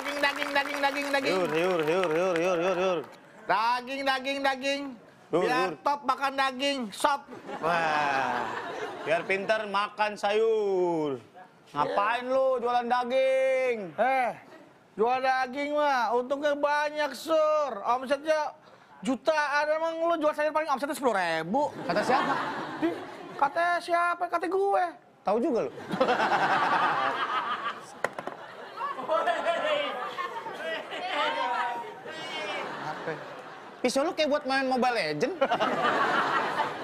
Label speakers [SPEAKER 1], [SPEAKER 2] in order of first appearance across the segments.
[SPEAKER 1] daging, daging, daging.
[SPEAKER 2] Yur, yur, yur, yur, yur, yur, yur.
[SPEAKER 1] Daging, daging, daging.
[SPEAKER 2] Dur,
[SPEAKER 1] Biar
[SPEAKER 2] dur.
[SPEAKER 1] top makan daging, sop.
[SPEAKER 2] Wah, biar pintar makan sayur. Ngapain lu jualan daging?
[SPEAKER 1] Eh, jual daging mah, untungnya banyak, Sur. Omsetnya jutaan, emang lu jual sayur paling omsetnya sepuluh ribu.
[SPEAKER 2] Kata siapa?
[SPEAKER 1] Di- Kata siapa? Kata gue.
[SPEAKER 2] Tahu juga lu. Pisau lu kayak buat main Mobile Legend.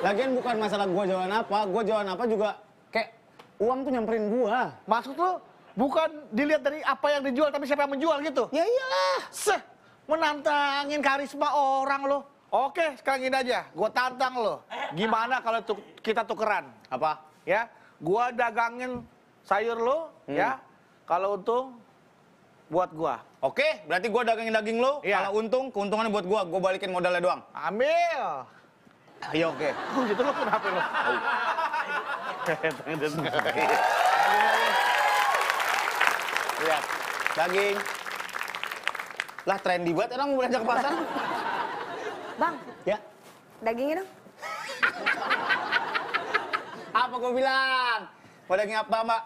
[SPEAKER 2] Lagian bukan masalah gua jualan apa, gua jualan apa juga kayak uang tuh nyamperin gua.
[SPEAKER 1] Maksud lu bukan dilihat dari apa yang dijual, tapi siapa yang menjual gitu?
[SPEAKER 2] Ya iyalah.
[SPEAKER 1] Seh, menantangin karisma orang lo. Oke, sekarang gini aja, gue tantang lo. Gimana kalau tu- kita tukeran?
[SPEAKER 2] Apa?
[SPEAKER 1] Ya, gua dagangin sayur lo, ya. Kalau untung, buat gua.
[SPEAKER 2] Oke, berarti gua dagangin daging lu.
[SPEAKER 1] Iya.
[SPEAKER 2] Kalau untung, keuntungannya buat gua, gua balikin modalnya doang.
[SPEAKER 1] Ambil.
[SPEAKER 2] Ayo Iya, oke.
[SPEAKER 1] Oh, gitu lo kenapa lo?
[SPEAKER 2] Lihat, daging. Lah trendy banget orang mau belanja ke pasar.
[SPEAKER 3] Bang,
[SPEAKER 2] ya.
[SPEAKER 3] dagingnya dong.
[SPEAKER 2] Apa gua bilang? Mau daging apa, Mbak?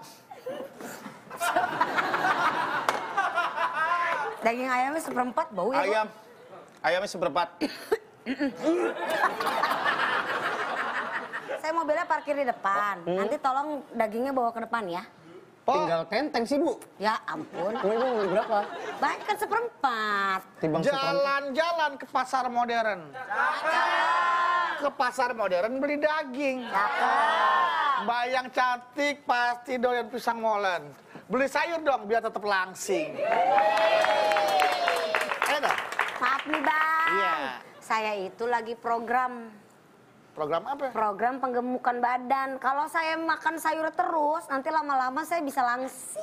[SPEAKER 3] Daging ayamnya seperempat bau ya.
[SPEAKER 2] Ayam. Ayamnya seperempat.
[SPEAKER 3] Bang? Saya mobilnya parkir di depan. Nanti tolong dagingnya bawa ke depan ya.
[SPEAKER 1] Po,
[SPEAKER 2] Tinggal kenteng sih, Bu.
[SPEAKER 3] Ya ampun.
[SPEAKER 2] Mau Ibu mau beli berapa?
[SPEAKER 3] Banyak kan seperempat.
[SPEAKER 2] Timbang seperempat.
[SPEAKER 1] jalan-jalan ke pasar modern. Ke pasar modern beli daging. Bayang cantik pasti doyan pisang molen. Beli sayur dong biar tetap langsing. Enak.
[SPEAKER 3] Maaf nih bang.
[SPEAKER 1] Iya.
[SPEAKER 3] Saya itu lagi program.
[SPEAKER 1] Program apa?
[SPEAKER 3] Program penggemukan badan. Kalau saya makan sayur terus, nanti lama-lama saya bisa langsing.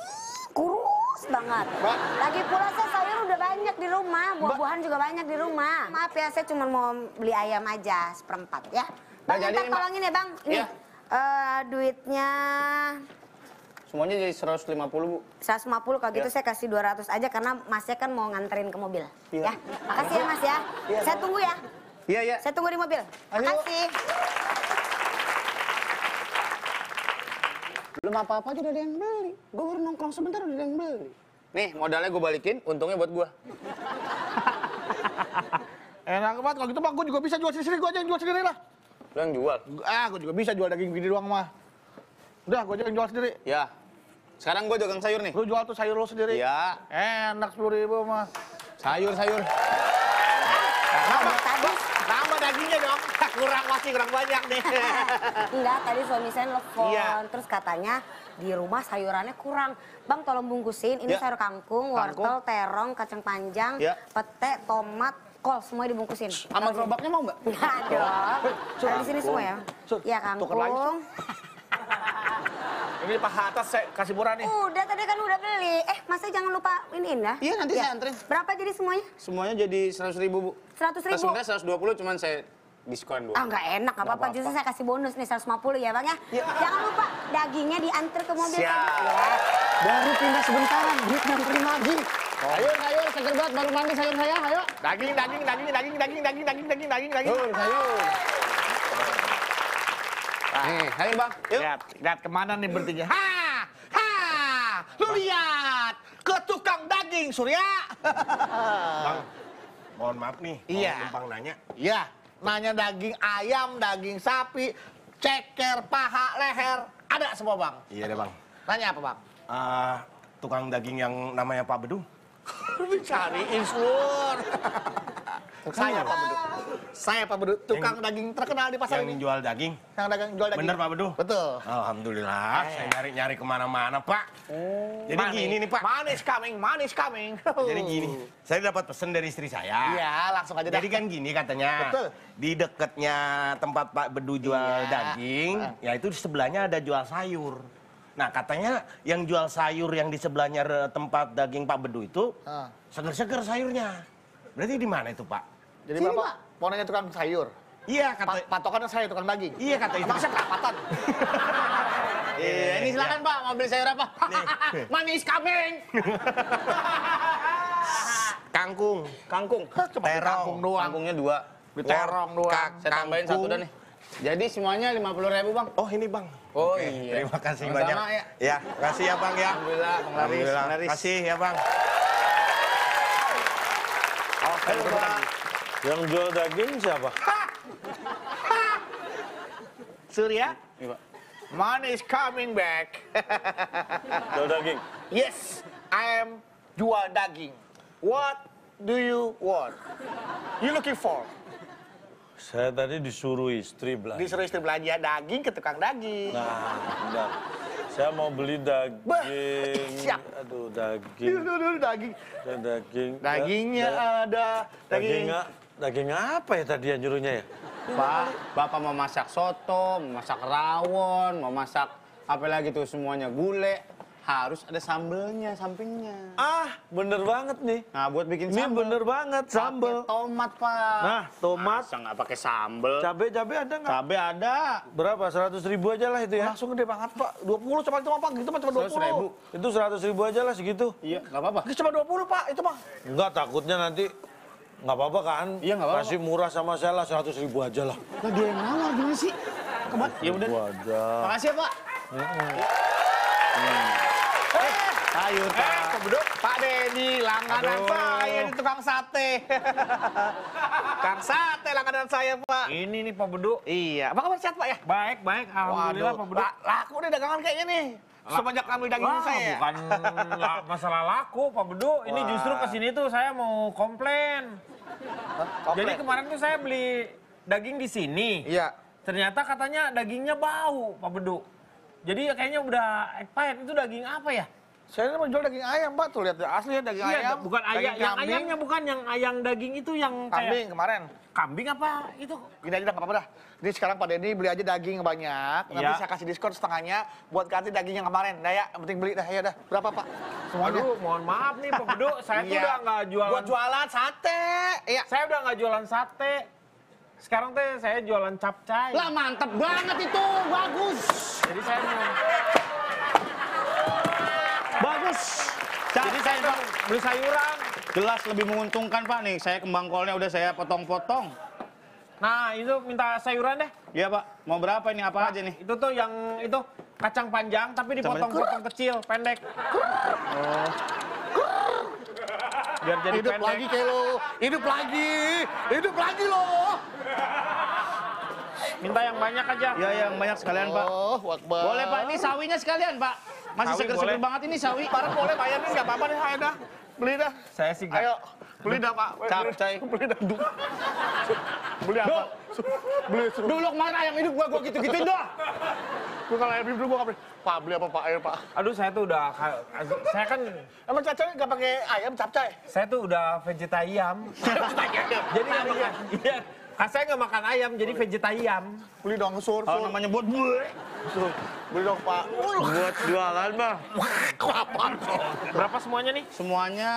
[SPEAKER 3] Kurus banget.
[SPEAKER 1] Mbak.
[SPEAKER 3] Lagi pula saya sayur udah banyak di rumah. Buah-buahan juga banyak di rumah. Maaf ya, saya cuma mau beli ayam aja seperempat ya. Bang,
[SPEAKER 2] Nah, jadi
[SPEAKER 3] ntar
[SPEAKER 2] ini, Mbak.
[SPEAKER 3] tolongin ya bang. Nih,
[SPEAKER 2] Iya.
[SPEAKER 3] eh, duitnya
[SPEAKER 2] Semuanya jadi 150, Bu.
[SPEAKER 3] 150 kalau gitu
[SPEAKER 2] Iya.
[SPEAKER 3] saya kasih 200 aja karena masnya kan mau nganterin ke mobil.
[SPEAKER 2] Iya.
[SPEAKER 3] Ya, makasih ya mas ya.
[SPEAKER 2] Iya,
[SPEAKER 3] Saya tunggu ya.
[SPEAKER 2] Iya, iya.
[SPEAKER 3] Saya tunggu di mobil.
[SPEAKER 2] Ayo.
[SPEAKER 3] Makasih.
[SPEAKER 2] Belum apa-apa aja udah ada yang beli. Gua baru nongkrong sebentar udah ada yang beli. Nih, modalnya gua balikin, untungnya buat gua.
[SPEAKER 1] Enak banget kalau gitu bang, gue juga bisa jual sendiri, gue aja yang jual sendiri lah.
[SPEAKER 2] Lu yang jual.
[SPEAKER 1] Ah, gue juga bisa jual daging gini doang mah. Udah, gue aja yang jual sendiri.
[SPEAKER 2] Ya. Sekarang gua dagang sayur nih.
[SPEAKER 1] Lu jual tuh sayur lu sendiri.
[SPEAKER 2] Iya.
[SPEAKER 1] Enak sepuluh ribu mah.
[SPEAKER 2] Sayur, sayur.
[SPEAKER 3] Ada tadi.
[SPEAKER 1] Tambah dagingnya dong. Kurang pasti kurang banyak nih.
[SPEAKER 3] Enggak, tadi suami saya nelfon.
[SPEAKER 1] Iya.
[SPEAKER 3] Terus katanya di rumah sayurannya kurang. Bang tolong bungkusin. Ini
[SPEAKER 2] Ya.
[SPEAKER 3] sayur kangkung, wortel, terong, kacang panjang,
[SPEAKER 2] Ya.
[SPEAKER 3] pete, tomat, kol. Semua dibungkusin.
[SPEAKER 2] Sama gerobaknya mau nggak?
[SPEAKER 3] Enggak dong. Ada di sini semua ya?
[SPEAKER 1] Sur,
[SPEAKER 3] Iya
[SPEAKER 1] tuker lagi, Sur.
[SPEAKER 3] kangkung.
[SPEAKER 1] Ini paha atas saya kasih murah nih.
[SPEAKER 3] Udah tadi kan udah beli. Eh, masnya jangan lupa ini ya.
[SPEAKER 2] Iya, nanti saya anterin.
[SPEAKER 3] Berapa jadi semuanya?
[SPEAKER 2] Semuanya jadi 100 ribu, Bu. Nah,
[SPEAKER 3] 100 ribu.
[SPEAKER 2] Sebenarnya 120 cuman saya diskon, Bu.
[SPEAKER 3] Ah nggak enak, nggak apa-apa.
[SPEAKER 2] apa-apa.
[SPEAKER 3] Justru saya kasih bonus nih 150 ya bang ya. Jangan lupa dagingnya diantar ke mobil
[SPEAKER 2] Siap.
[SPEAKER 3] tadi. Ya.
[SPEAKER 2] Baru pindah sebentaran, duit nganterin lagi. Sayur, sayur, seger banget, baru mandi sayur saya, ayo.
[SPEAKER 1] Daging, daging, daging, daging, daging, daging, daging, daging, daging,
[SPEAKER 4] Oh,
[SPEAKER 1] daging.
[SPEAKER 2] Sayur, sayur. Nih, ayo bang, yuk.
[SPEAKER 1] Lihat, lihat kemana nih bertiga. Ha! Ha! Lu lihat! Ke tukang daging, Surya!
[SPEAKER 4] Bang, mohon maaf nih. mau
[SPEAKER 1] Iya.
[SPEAKER 4] Numpang nanya.
[SPEAKER 1] Iya, nanya daging ayam, daging sapi, ceker, paha, leher. Ada semua, Bang.
[SPEAKER 4] Iya deh bang.
[SPEAKER 1] Nanya apa, Bang?
[SPEAKER 4] Ah, tukang daging yang namanya Pak Bedu.
[SPEAKER 1] Dicariin, Sur. Saya Pak Bedu. Saya Pak Bedu, tukang
[SPEAKER 4] Yang-
[SPEAKER 1] daging terkenal di pasar
[SPEAKER 4] Yang
[SPEAKER 1] ini.
[SPEAKER 4] jual daging.
[SPEAKER 1] Yang dagang jual daging.
[SPEAKER 4] Bener Pak Bedu?
[SPEAKER 1] Betul.
[SPEAKER 4] Alhamdulillah,
[SPEAKER 1] Eh.
[SPEAKER 4] saya nyari-nyari kemana-mana Pak. Jadi
[SPEAKER 1] Money.
[SPEAKER 4] gini nih Pak.
[SPEAKER 1] Manis coming, manis coming.
[SPEAKER 4] Jadi gini, saya dapat pesan dari istri saya.
[SPEAKER 1] Iya, langsung aja
[SPEAKER 4] Jadi
[SPEAKER 1] dah.
[SPEAKER 4] kan gini katanya,
[SPEAKER 1] Betul. Iya.
[SPEAKER 4] di dekatnya tempat Pak Bedu jual daging, ya itu di sebelahnya ada jual sayur. Nah katanya yang jual sayur yang di sebelahnya re- tempat daging Pak Bedu itu
[SPEAKER 1] Ah.
[SPEAKER 4] seger-seger sayurnya. Berarti di mana itu Pak?
[SPEAKER 1] Jadi
[SPEAKER 4] Sini,
[SPEAKER 1] Bapak
[SPEAKER 4] Pak.
[SPEAKER 1] mau nanya tukang sayur.
[SPEAKER 4] Iya kata.
[SPEAKER 1] Pa- patokannya saya tukang daging.
[SPEAKER 4] Iya kata itu.
[SPEAKER 1] Emang saya perapatan.
[SPEAKER 2] Iya, ini silakan pak, mau beli sayur apa? Manis kambing.
[SPEAKER 4] kangkung,
[SPEAKER 2] Kangkung.
[SPEAKER 1] Hah, Cuma di
[SPEAKER 4] Terong.
[SPEAKER 1] kangkung doang.
[SPEAKER 2] Kangkungnya dua.
[SPEAKER 1] Di terong doang.
[SPEAKER 4] Kak-
[SPEAKER 2] Saya tambahin satu
[SPEAKER 4] kangkung.
[SPEAKER 2] dah nih. Jadi semuanya lima puluh ribu bang.
[SPEAKER 4] Oh ini bang.
[SPEAKER 2] Oh,
[SPEAKER 4] Oke,
[SPEAKER 2] iya.
[SPEAKER 4] Terima kasih
[SPEAKER 2] Sama-sama,
[SPEAKER 4] banyak.
[SPEAKER 2] ya.
[SPEAKER 4] Ya, kasih ya bang ya.
[SPEAKER 2] Alhamdulillah, Bang Laris.
[SPEAKER 4] Alhamdulillah.
[SPEAKER 2] Bang Laris.
[SPEAKER 4] Kasih ya bang.
[SPEAKER 5] Oke, Pak. Yang jual daging siapa?
[SPEAKER 1] Surya,
[SPEAKER 2] Iya, Pak.
[SPEAKER 1] money is coming back.
[SPEAKER 5] Jual daging.
[SPEAKER 1] yes, I am jual daging. What do you want? You looking for?
[SPEAKER 5] Saya tadi disuruh istri belanja.
[SPEAKER 1] Disuruh istri belanja daging ke tukang daging.
[SPEAKER 5] Nah, bentar. Saya mau beli
[SPEAKER 1] Bah,
[SPEAKER 5] daging.
[SPEAKER 1] siap.
[SPEAKER 5] Aduh,
[SPEAKER 1] Dulu,
[SPEAKER 5] daging.
[SPEAKER 1] dulu, dulu, daging.
[SPEAKER 5] Dan daging.
[SPEAKER 1] Dagingnya
[SPEAKER 5] Da-
[SPEAKER 1] ada.
[SPEAKER 5] Daging,
[SPEAKER 1] Daging.
[SPEAKER 5] a- daging apa ya tadi yang nyuruhnya ya?
[SPEAKER 2] Pak, bapak mau masak soto, mau masak rawon, mau masak apa lagi tuh semuanya gulai. Harus ada sambelnya sampingnya.
[SPEAKER 5] Ah, bener banget nih.
[SPEAKER 2] Nah buat bikin
[SPEAKER 5] Ini
[SPEAKER 2] sambel.
[SPEAKER 5] bener banget
[SPEAKER 2] pakai
[SPEAKER 5] sambel.
[SPEAKER 2] tomat pak.
[SPEAKER 5] Nah, tomat,
[SPEAKER 2] Masa nggak pakai sambel?
[SPEAKER 5] cabai-cabai ada nggak?
[SPEAKER 2] Cabai ada.
[SPEAKER 5] Berapa? 100 ribu aja lah itu ya.
[SPEAKER 1] Langsung gede banget, Pak. 20 cuma itu, Pak. Gitu, Pak. Cuma
[SPEAKER 2] 100 ribu.
[SPEAKER 1] 20.
[SPEAKER 5] Itu 100 ribu aja lah segitu.
[SPEAKER 2] Iya, nggak apa-apa.
[SPEAKER 1] Itu cuma 20, Pak. Itu, Pak.
[SPEAKER 5] Enggak, takutnya nanti nggak apa-apa kan?
[SPEAKER 2] Iya, nggak apa-apa.
[SPEAKER 5] Kasih murah sama saya lah, 100 ribu aja lah.
[SPEAKER 2] Lah dia yang nawar gimana sih? Kebat. Ya udah.
[SPEAKER 5] Ribu aja.
[SPEAKER 2] Makasih ya pak.
[SPEAKER 1] Sayur, Pak. Eh, kebeduk. Pak Denny, langganan saya di tukang sate. tukang sate langganan saya, Pak.
[SPEAKER 6] Ini nih Pak Bedu.
[SPEAKER 1] Iya. Apa kabar sehat, Pak, ya?
[SPEAKER 6] Baik, baik. Alhamdulillah Pak
[SPEAKER 1] Waduh,
[SPEAKER 6] Bedu.
[SPEAKER 1] la- laku nih dagangan kayaknya nih. Semenjak ngambil daging
[SPEAKER 6] Wah,
[SPEAKER 1] saya.
[SPEAKER 6] bukan la- masalah laku Pak Bedu. Ini justru kesini tuh saya mau komplain. Jadi kemarin tuh saya beli daging di sini.
[SPEAKER 1] Iya.
[SPEAKER 6] Ternyata katanya dagingnya bau Pak Bedu. Jadi ya kayaknya udah expired. Itu daging apa ya?
[SPEAKER 1] Saya ini mau jual daging ayam, Pak. Tuh, lihat aslinya daging
[SPEAKER 6] Iya,
[SPEAKER 1] ayam.
[SPEAKER 6] bukan ayam.
[SPEAKER 1] daging
[SPEAKER 6] Yang
[SPEAKER 1] kambing.
[SPEAKER 6] ayamnya bukan yang ayam daging itu yang
[SPEAKER 1] Kambing
[SPEAKER 6] kayak
[SPEAKER 1] kemarin.
[SPEAKER 6] kambing apa itu?
[SPEAKER 1] Gini aja dah, nggak apa-apa dah. Ini sekarang Pak Denny beli aja daging yang banyak. Nanti
[SPEAKER 6] Iya.
[SPEAKER 1] saya kasih diskon setengahnya buat ganti daging yang kemarin. Nah ya, yang penting beli dah. Ya dah, berapa Pak? Semuanya.
[SPEAKER 6] Aduh, mohon maaf nih Pak Bedu. Saya tuh
[SPEAKER 1] Iya.
[SPEAKER 6] udah nggak jualan.
[SPEAKER 1] Buat jualan sate. Iya.
[SPEAKER 6] Saya udah nggak jualan sate. Sekarang teh saya jualan capcay.
[SPEAKER 2] Lah mantep banget itu, bagus.
[SPEAKER 6] Jadi saya mau
[SPEAKER 2] Bagus. Jadi saya
[SPEAKER 6] beli sayuran.
[SPEAKER 2] jelas lebih menguntungkan pak nih. Saya kembang kolnya udah saya potong-potong.
[SPEAKER 6] Nah, itu minta sayuran deh.
[SPEAKER 2] Iya pak, mau berapa ini apa aja nih?
[SPEAKER 6] Itu tuh yang itu kacang panjang tapi dipotong-potong kecil, pendek. Biar jadi
[SPEAKER 1] Oh. Hidup
[SPEAKER 6] pendek.
[SPEAKER 1] lagi kayak lo. Hidup lagi. Hidup lagi lo.
[SPEAKER 6] Minta yang banyak aja.
[SPEAKER 2] Ya yang banyak sekalian pak.
[SPEAKER 1] Oh, wakbar.
[SPEAKER 2] Boleh pak, ini sawinya sekalian pak. Masih
[SPEAKER 6] Sawi
[SPEAKER 2] seger-seger
[SPEAKER 6] boleh.
[SPEAKER 2] banget ini sawi.
[SPEAKER 1] Barang boleh bayarin nggak apa-apa deh. Ayo dah. Beli dah.
[SPEAKER 6] Saya sih nggak.
[SPEAKER 1] Ayo. Ah. Beli dah Pak. Beli-
[SPEAKER 2] Capcay.
[SPEAKER 1] Beli dah. Duh. Beli apa? Beli suruh.
[SPEAKER 2] Dulu kemarin ayam hidup gua gua gitu-gituin doang.
[SPEAKER 1] Gue kalau air dulu gue nggak beli. Pak beli apa Pak? Air Pak.
[SPEAKER 6] Aduh, saya tuh udah saya kan
[SPEAKER 1] Emang cacing nggak pakai ayam capcay?
[SPEAKER 6] saya tuh udah vegetarian. jadi nggak makan. Iya. Ah, saya nggak makan ayam, jadi vegetarian.
[SPEAKER 1] Beli dong, sur, sur.
[SPEAKER 2] Kalau Oh, namanya buat bule.
[SPEAKER 1] Sur. Beli dong, Pak.
[SPEAKER 5] Buat jualan, Bang.
[SPEAKER 6] Berapa semuanya nih?
[SPEAKER 2] Semuanya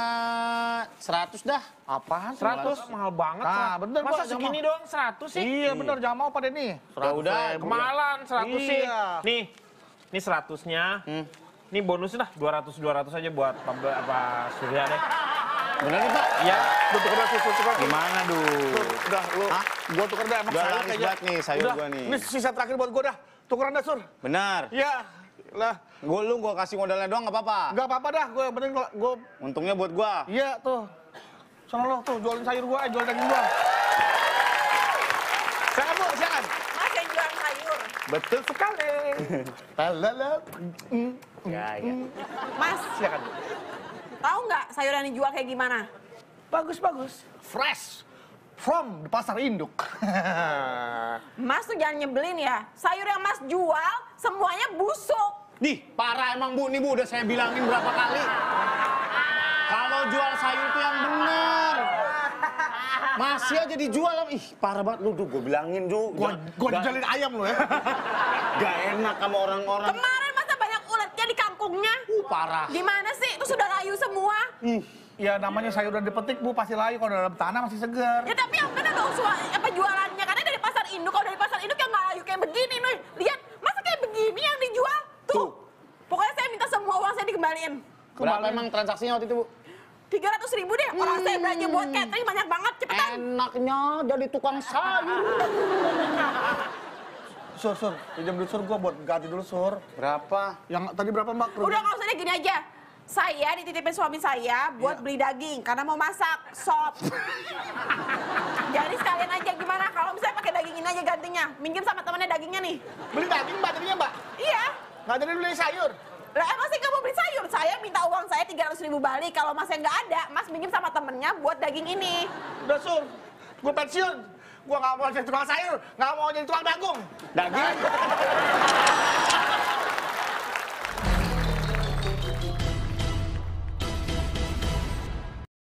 [SPEAKER 2] 100 dah.
[SPEAKER 1] Apaan?
[SPEAKER 6] 100 mahal banget.
[SPEAKER 1] Nah,
[SPEAKER 6] Sa.
[SPEAKER 1] bener,
[SPEAKER 6] Masa
[SPEAKER 1] Pak,
[SPEAKER 6] segini doang 100 sih?
[SPEAKER 1] Iya, bener. Jangan mau Pak Denny.
[SPEAKER 2] Ya udah,
[SPEAKER 6] Kemahalan 100 sih.
[SPEAKER 1] Iya. Hmm.
[SPEAKER 6] Nih. Ini 100-nya. Ini bonusnya dah 200 200 aja buat Pamba apa Surya deh.
[SPEAKER 2] bener nih pak.
[SPEAKER 6] Iya.
[SPEAKER 1] Lu tuker dah, sur, sur, tuker.
[SPEAKER 2] Ya. Gimana duh?
[SPEAKER 1] Sur, Udah, lu.
[SPEAKER 2] Hah?
[SPEAKER 1] Gua tuker dah, emang
[SPEAKER 2] Udah
[SPEAKER 1] sayur
[SPEAKER 2] laris banget nih, sayur
[SPEAKER 1] Udah,
[SPEAKER 2] gua nih.
[SPEAKER 1] Ini sisa terakhir buat gua dah. Tukeran dah, sur.
[SPEAKER 2] Benar.
[SPEAKER 1] Ya, lah.
[SPEAKER 2] Gue lu gue kasih modalnya doang nggak apa-apa.
[SPEAKER 1] Gak apa-apa dah, gue penting gua- gua
[SPEAKER 2] Untungnya buat gua.
[SPEAKER 1] Iya tuh. Sana lo tuh jualin sayur gua, eh, jualin daging gua. Silakan Bu, silakan.
[SPEAKER 7] Mas yang jualan sayur.
[SPEAKER 1] Betul sekali. Talala. Mm,
[SPEAKER 2] Ya, ya.
[SPEAKER 7] Mas,
[SPEAKER 1] Silakan.
[SPEAKER 7] tahu nggak sayur yang dijual kayak gimana?
[SPEAKER 1] Bagus-bagus. Fresh from the pasar induk.
[SPEAKER 7] Mas tuh jangan nyebelin ya. Sayur yang Mas jual semuanya busuk.
[SPEAKER 2] Nih, parah emang Bu, nih Bu udah saya bilangin berapa kali. Kalau jual sayur tuh yang bener. Masih aja dijual. Ih, parah banget lu, duh, gue bilangin, Du.
[SPEAKER 1] gua gua
[SPEAKER 2] Gak-
[SPEAKER 1] dijalin ayam lo ya.
[SPEAKER 2] gak enak sama orang-orang.
[SPEAKER 7] Kemarin masa banyak uletnya di kampungnya?
[SPEAKER 2] Uh, parah.
[SPEAKER 7] Di mana sih? Itu sudah layu semua.
[SPEAKER 1] ya namanya sayur udah dipetik Bu pasti layu kalau dalam tanah masih segar.
[SPEAKER 7] Ya tapi yang bener dong suara, apa jualannya. Karena dari pasar induk, kalau dari pasar induk yang nggak layu kayak begini. Nuh. Lihat, masa kayak begini yang dijual? Tuh.
[SPEAKER 2] Tuh.
[SPEAKER 7] Pokoknya saya minta semua uang saya dikembaliin.
[SPEAKER 2] Berapa emang transaksinya waktu itu, Bu?
[SPEAKER 7] tiga ratus ribu deh. Orang saya belanja buat catering banyak banget. Cepetan.
[SPEAKER 2] Enaknya jadi tukang sayur.
[SPEAKER 1] Sur, sur, pinjam dulu sur, gue buat ganti dulu sur. Berapa? Yang tadi berapa mbak?
[SPEAKER 7] Udah nggak usah deh gini aja. Saya dititipin suami saya buat beli daging karena mau masak sop. Jadi sekalian aja gimana kalau misalnya pakai daging ini aja gantinya. Minjem sama temannya dagingnya nih.
[SPEAKER 1] Beli daging mbak tadinya mbak?
[SPEAKER 7] Iya.
[SPEAKER 1] Nggak tadi beli sayur?
[SPEAKER 7] Lah emang sih kamu beli sayur? Saya minta uang saya 300 ribu balik. Kalau masnya nggak ada, mas minjem sama temennya buat daging ini.
[SPEAKER 1] Udah sur, gue pensiun. Gue nggak mau jadi tukang sayur, nggak mau jadi tukang dagung.
[SPEAKER 2] Daging.